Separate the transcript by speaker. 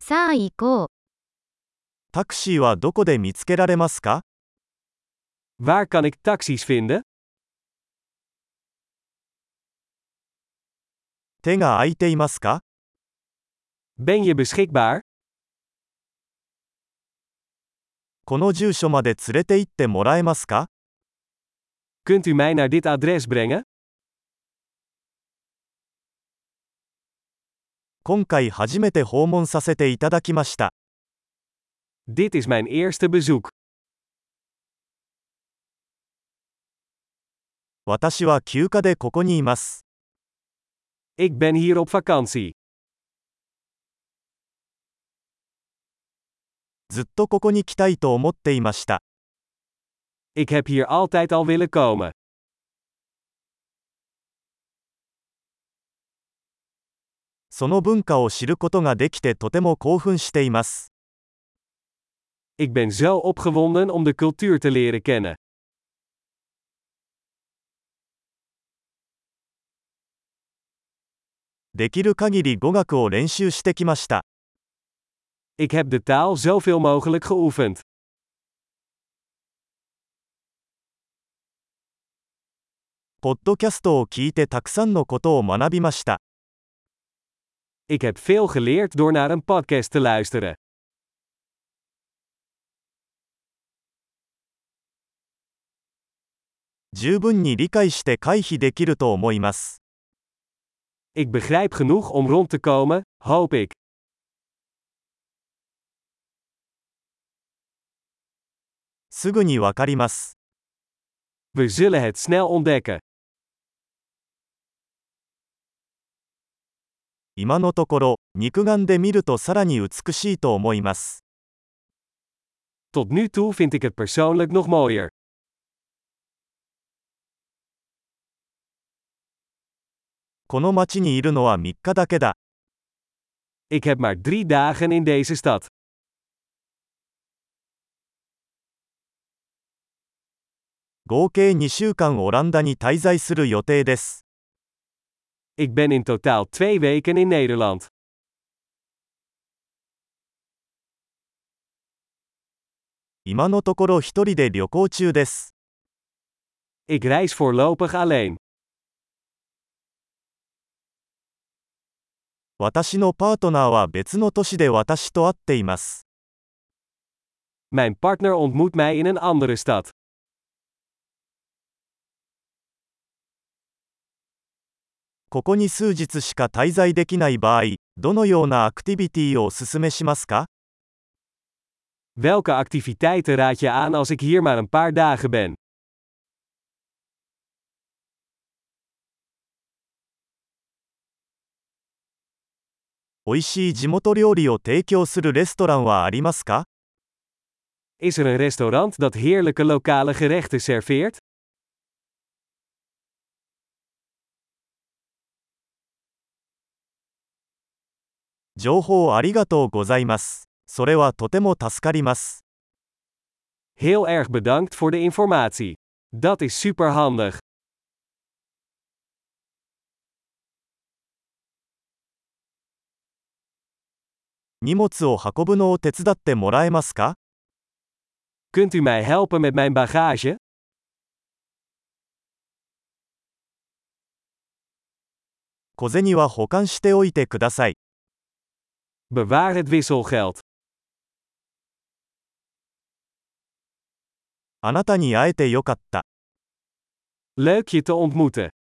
Speaker 1: さあ行こう。
Speaker 2: タクシーはどこで見つけられますか
Speaker 3: Waar kan ik taxis vinden?
Speaker 2: 手が空いていますか
Speaker 3: Ben je beschikbaar?
Speaker 2: この住所まで連れて行ってもらえますか
Speaker 3: Kunt u mij naar dit adres brengen?
Speaker 2: 今回初めて訪問させていただきました。
Speaker 3: Dit is mijn eerste bezoek.
Speaker 2: 私は休暇でここにいます。
Speaker 3: Ik ben hier op vakantie.
Speaker 2: ずっとここに来たいと思っていました。
Speaker 3: Ik heb hier altijd al willen komen.
Speaker 2: その文化を知ることができてとても興奮しています。
Speaker 3: Ik ben zo opgewonden om de cultuur te leren kennen.
Speaker 2: できる限り語学を練習してきました。
Speaker 3: Ik heb de taal zoveel mogelijk geoefend.
Speaker 2: ポッドキャストを聞いてたくさんのことを学びました。
Speaker 3: Ik heb veel geleerd door naar een podcast te luisteren.
Speaker 2: 十分に理解して回避できると思います。
Speaker 3: Ik begrijp genoeg om rond te komen, hoop ik.
Speaker 2: すぐにわかります。
Speaker 3: We zullen het snel ontdekken.
Speaker 2: 今のところ、肉眼で見るとさらに美しいと思います。
Speaker 3: Tot nu toe vind ik het persoonlijk nog mooier.
Speaker 2: この町にいるのは3日だけだ。
Speaker 3: Ik heb maar drie dagen in deze stad.
Speaker 2: 合計2週間オランダに滞在する予定です。
Speaker 3: Ik ben in totaal twee weken in Nederland.
Speaker 2: 今のところ一人で旅行中です。
Speaker 3: Ik reis voorlopig alleen.
Speaker 2: 私のパートナーは別の都市で私と会っています。
Speaker 3: Mijn partner ontmoet mij in een andere stad.
Speaker 2: ここに数日しか滞在できない場合、どのようなアクティビティをお勧めしますか
Speaker 3: Welke activiteiten raad je aan als ik hier maar een paar dagen ben?
Speaker 2: 美味しい地元料理を提供するレストランはありますか
Speaker 3: Is er een restaurant dat heerlijke lokale gerechten serveert?
Speaker 2: 情報ありがとうございます。それはとても助かります。
Speaker 3: Heel erg bedankt voor de informatie. Dat is superhandig.
Speaker 2: 荷物を運ぶのを手伝ってもらえますか
Speaker 3: Kunt u mij helpen met mijn bagage?
Speaker 2: 小銭は保管しておいてください。
Speaker 3: Bewaar het wisselgeld.
Speaker 2: あなたに会えてよかった。
Speaker 3: Leuk je te ontmoeten.